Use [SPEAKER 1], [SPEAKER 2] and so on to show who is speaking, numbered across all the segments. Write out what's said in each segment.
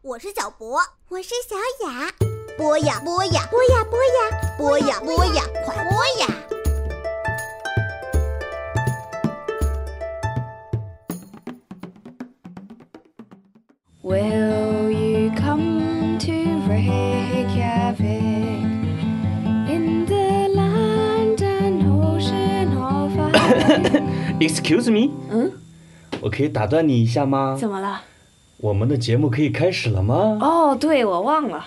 [SPEAKER 1] 我是小博，我是小雅。播呀播呀，播呀播呀，播呀播呀，快播呀！
[SPEAKER 2] Will you come to Reykjavik in the land and ocean of our
[SPEAKER 3] Excuse me，
[SPEAKER 2] 嗯，
[SPEAKER 3] 我可以打断你一下吗？
[SPEAKER 2] 怎么了？
[SPEAKER 3] 我们的节目可以开始了吗？
[SPEAKER 2] 哦，对，我忘了。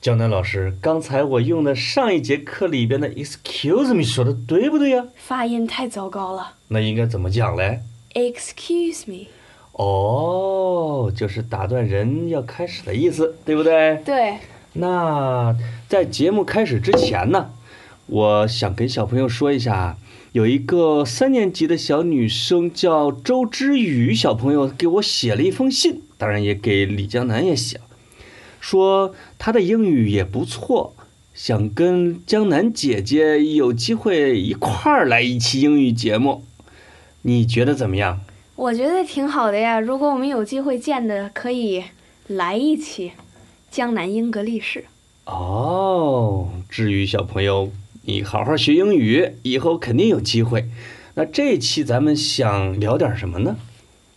[SPEAKER 3] 江南老师，刚才我用的上一节课里边的 Excuse me 说的对不对呀、
[SPEAKER 2] 发音太糟糕了。
[SPEAKER 3] 那应该怎么讲嘞？
[SPEAKER 2] Excuse me。
[SPEAKER 3] 哦，就是打断人要开始的意思，对不对？
[SPEAKER 2] 对，
[SPEAKER 3] 那在节目开始之前呢，我想跟小朋友说一下，有一个三年级的小女生叫周之雨小朋友给我写了一封信，当然也给李江南也写了，说她的英语也不错，想跟江南姐姐有机会一块儿来一期英语节目，你觉得怎么样？
[SPEAKER 2] 我觉得挺好的呀。如果我们有机会见的，可以来一期江南英格力士。
[SPEAKER 3] 哦，至于小朋友，你好好学英语，以后肯定有机会。那这一期咱们想聊点什么呢？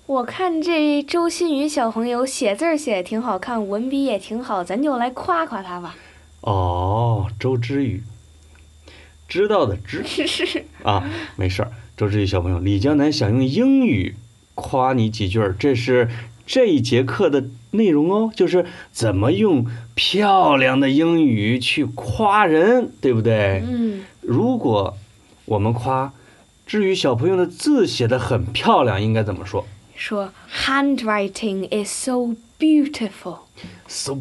[SPEAKER 2] 我看这周新宇小朋友写字儿写得挺好看，文笔也挺好，咱就来夸夸他 吧。
[SPEAKER 3] 哦，周之宇，知道的知啊，没事儿。周之宇小朋友，李江南想用英语夸你几句儿，这是这一节课的内容哦，就是怎么用漂亮的英语去夸人，对不对？
[SPEAKER 2] 嗯，
[SPEAKER 3] 如果我们夸，至于小朋友的字写得很漂亮，应该怎么说
[SPEAKER 2] 说 handwriting is so beautiful。
[SPEAKER 3] ？So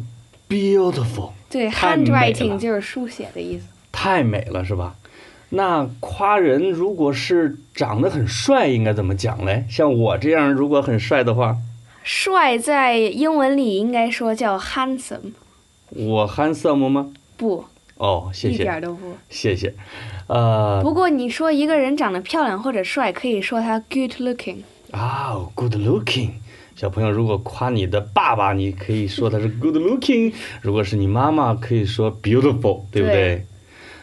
[SPEAKER 3] beautiful，
[SPEAKER 2] 对
[SPEAKER 3] 太美了
[SPEAKER 2] ，handwriting 就是书写的意思。
[SPEAKER 3] 太美了，是吧？那夸人如果是长得很帅，应该怎么讲嘞？像我这样如果很帅的话，
[SPEAKER 2] 帅在英文里应该说叫 handsome，
[SPEAKER 3] 我 handsome 吗？
[SPEAKER 2] 不，
[SPEAKER 3] 哦，谢
[SPEAKER 2] 一点
[SPEAKER 3] 谢，
[SPEAKER 2] 儿都不。
[SPEAKER 3] 谢谢。呃，
[SPEAKER 2] 不过你说一个人长得漂亮或者帅，可以说他 good looking。
[SPEAKER 3] 啊、g o o d looking。小朋友，如果夸你的爸爸，你可以说他是 good looking；如果是你妈妈，可以说 beautiful，对不对？
[SPEAKER 2] 对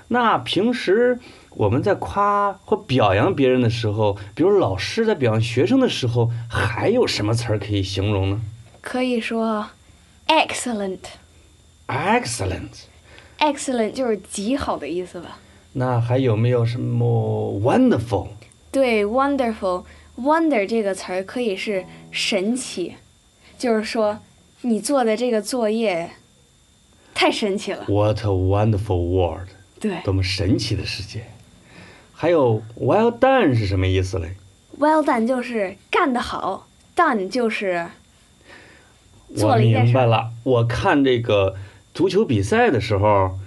[SPEAKER 3] 那平时我们在夸或表扬别人的时候，比如老师在表扬学生的时候，还有什么词儿可以形容呢
[SPEAKER 2] 可以说 excellent，excellent
[SPEAKER 3] ？Excellent。
[SPEAKER 2] 就是极好的意思吧？
[SPEAKER 3] 那还有没有什么 wonderful？
[SPEAKER 2] 对，wonderful，wonder 这个词儿可以是神奇，就是说你做的这个作业太神奇了。
[SPEAKER 3] What a wonderful world！
[SPEAKER 2] 对
[SPEAKER 3] 多么神奇的世界！还有 well done 是什么意思嘞？
[SPEAKER 2] ，well done 就是干得好，done 就是做
[SPEAKER 3] 我
[SPEAKER 2] 了一件
[SPEAKER 3] 明
[SPEAKER 2] 事
[SPEAKER 3] 白
[SPEAKER 2] 儿。
[SPEAKER 3] 了，我看这个足球比赛的时候，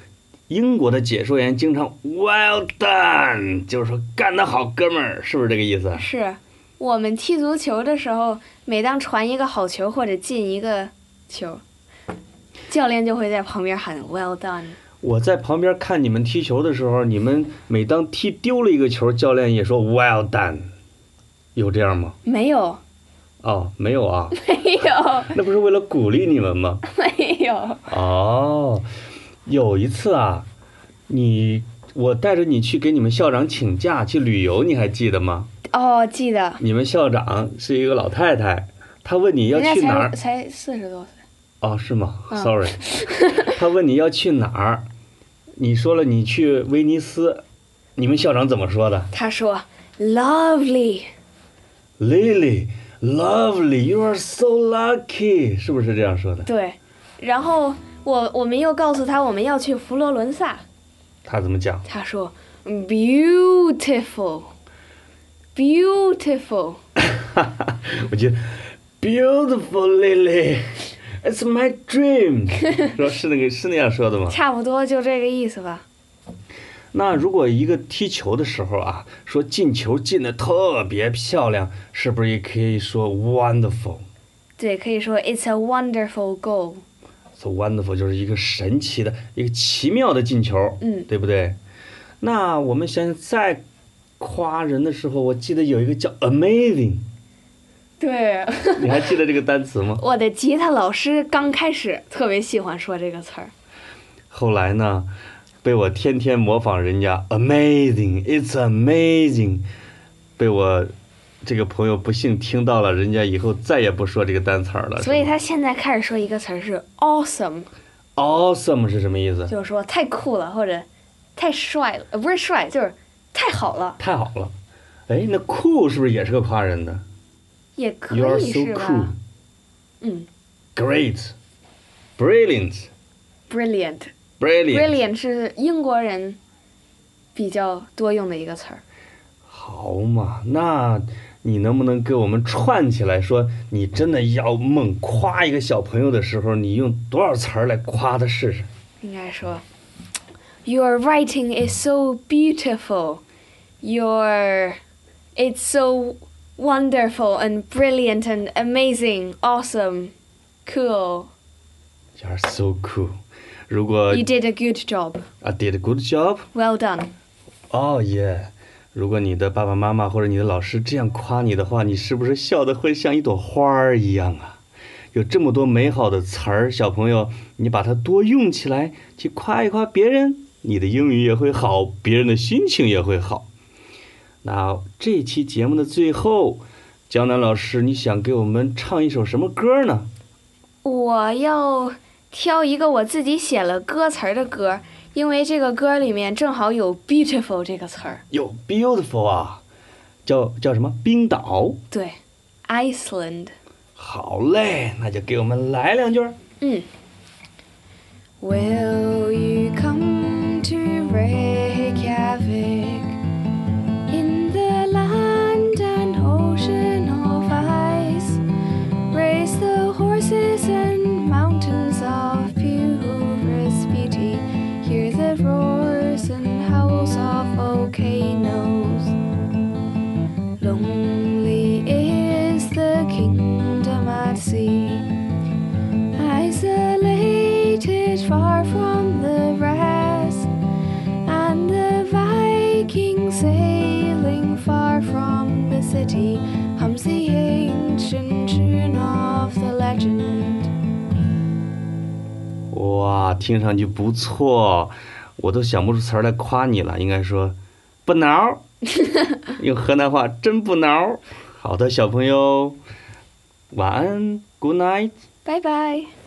[SPEAKER 3] 英国的解说员经常 “well done”，就是说干得好，哥们儿，是不是这个意思？啊
[SPEAKER 2] 是我们踢足球的时候，每当传一个好球或者进一个球，教练就会在旁边喊 “well done”。
[SPEAKER 3] 我在旁边看你们踢球的时候，你们每当踢丢了一个球，教练也说 “well done”，有这样吗？
[SPEAKER 2] 没有，
[SPEAKER 3] 哦，没有啊，
[SPEAKER 2] 没有，
[SPEAKER 3] 那不是为了鼓励你们吗？
[SPEAKER 2] 没有。
[SPEAKER 3] 哦，有一次啊，你我带着你去给你们校长请假去旅游，你还记得吗？
[SPEAKER 2] 哦，记得，
[SPEAKER 3] 你们校长是一个老太太，她问你要
[SPEAKER 2] 人家
[SPEAKER 3] 去哪
[SPEAKER 2] 才
[SPEAKER 3] 儿？
[SPEAKER 2] 才四十多岁。
[SPEAKER 3] 哦，是吗
[SPEAKER 2] 嗯
[SPEAKER 3] ？Sorry，她问你要去哪儿？你说了你去威尼斯，你们校长怎么说的
[SPEAKER 2] 他说：“Lovely。
[SPEAKER 3] ？Lily，lovely，you are so lucky，是不是这样说的”？
[SPEAKER 2] 对，然后我我们又告诉他我们要去佛罗伦萨，
[SPEAKER 3] 她怎么讲？
[SPEAKER 2] 他说：“Beautiful。” Beautiful，
[SPEAKER 3] 我觉得 beautiful Lily，it's my dream，说是那个是那样说的吗？
[SPEAKER 2] 差不多就这个意思吧。
[SPEAKER 3] 那如果一个踢球的时候啊，说进球进的特别漂亮，是不是也可以说 wonderful？So
[SPEAKER 2] 对，可以说 It's a wonderful goal。
[SPEAKER 3] wonderful 就是一个神奇的、一个奇妙的进球，
[SPEAKER 2] 嗯
[SPEAKER 3] 对不对？那我 们想想，在夸人的时候，我记得有一个叫 amazing，
[SPEAKER 2] 对，
[SPEAKER 3] 你还记得这个单词吗？
[SPEAKER 2] 我的吉他老师刚开始特别喜欢说这个词儿，
[SPEAKER 3] 后来呢，被我天天模仿人家，amazing，it's amazing，被我这个朋友不幸听到了，人家以后再也不说这个单词儿了。
[SPEAKER 2] 所以他现在开始说一个词儿是 awesome，
[SPEAKER 3] awesome 是什么意思？
[SPEAKER 2] 就是说太酷了或者太帅了，呃，不是帅，就是太好了，
[SPEAKER 3] 太好了，哎，那 cool 是不是也是个夸人的
[SPEAKER 2] 也可
[SPEAKER 3] ？You are
[SPEAKER 2] 以
[SPEAKER 3] so
[SPEAKER 2] 是吧
[SPEAKER 3] cool,
[SPEAKER 2] 嗯
[SPEAKER 3] great, brilliant,
[SPEAKER 2] ，brilliant。
[SPEAKER 3] brilliant。
[SPEAKER 2] Brilliant 是英国人比较多用的一个词儿。
[SPEAKER 3] 好嘛，那你能不能给我们串起来说，你真的要猛夸一个小朋友的时候，你用多少词儿来夸他试试？
[SPEAKER 2] 应该说，Your writing is so beautiful. Your it's so wonderful and brilliant and amazing, awesome, cool.
[SPEAKER 3] You are so cool。如果
[SPEAKER 2] You did a good job.
[SPEAKER 3] I did a good job,
[SPEAKER 2] Well done.
[SPEAKER 3] oh yeah。如果你的爸爸妈妈或者你的老师这样夸你的话，你是不是笑得会像一朵花儿一样啊？有这么多美好的词儿，小朋友，你把它多用起来，去夸一夸别人，你的英语也会好，别人的心情也会好。那这期节目的最后，江南老师，你想给我们唱一首什么歌呢？
[SPEAKER 2] 我要挑一个我自己写了歌词儿的歌，因为这个歌里面正好有 beautiful 这个词儿。
[SPEAKER 3] 有 beautiful 啊，叫叫什么？冰岛。
[SPEAKER 2] 对，Iceland。
[SPEAKER 3] 好嘞，那就给我们来两句儿。
[SPEAKER 2] 嗯。Will you come to Reykjavik in the land and ocean of ice? Raise the horses and mountains of purest beauty. Hear the roars and howls of volcanoes. Lonely is the kingdom at sea. Isolated far from the rest, and the Viking sailing far from the city hums the ancient tune of the legend.
[SPEAKER 3] 哇，听上去不错，我都想不出词儿来夸你了。应该说，不挠儿，用河南话真不挠儿。好的，小朋友，晚安，Good night。
[SPEAKER 2] Bye bye.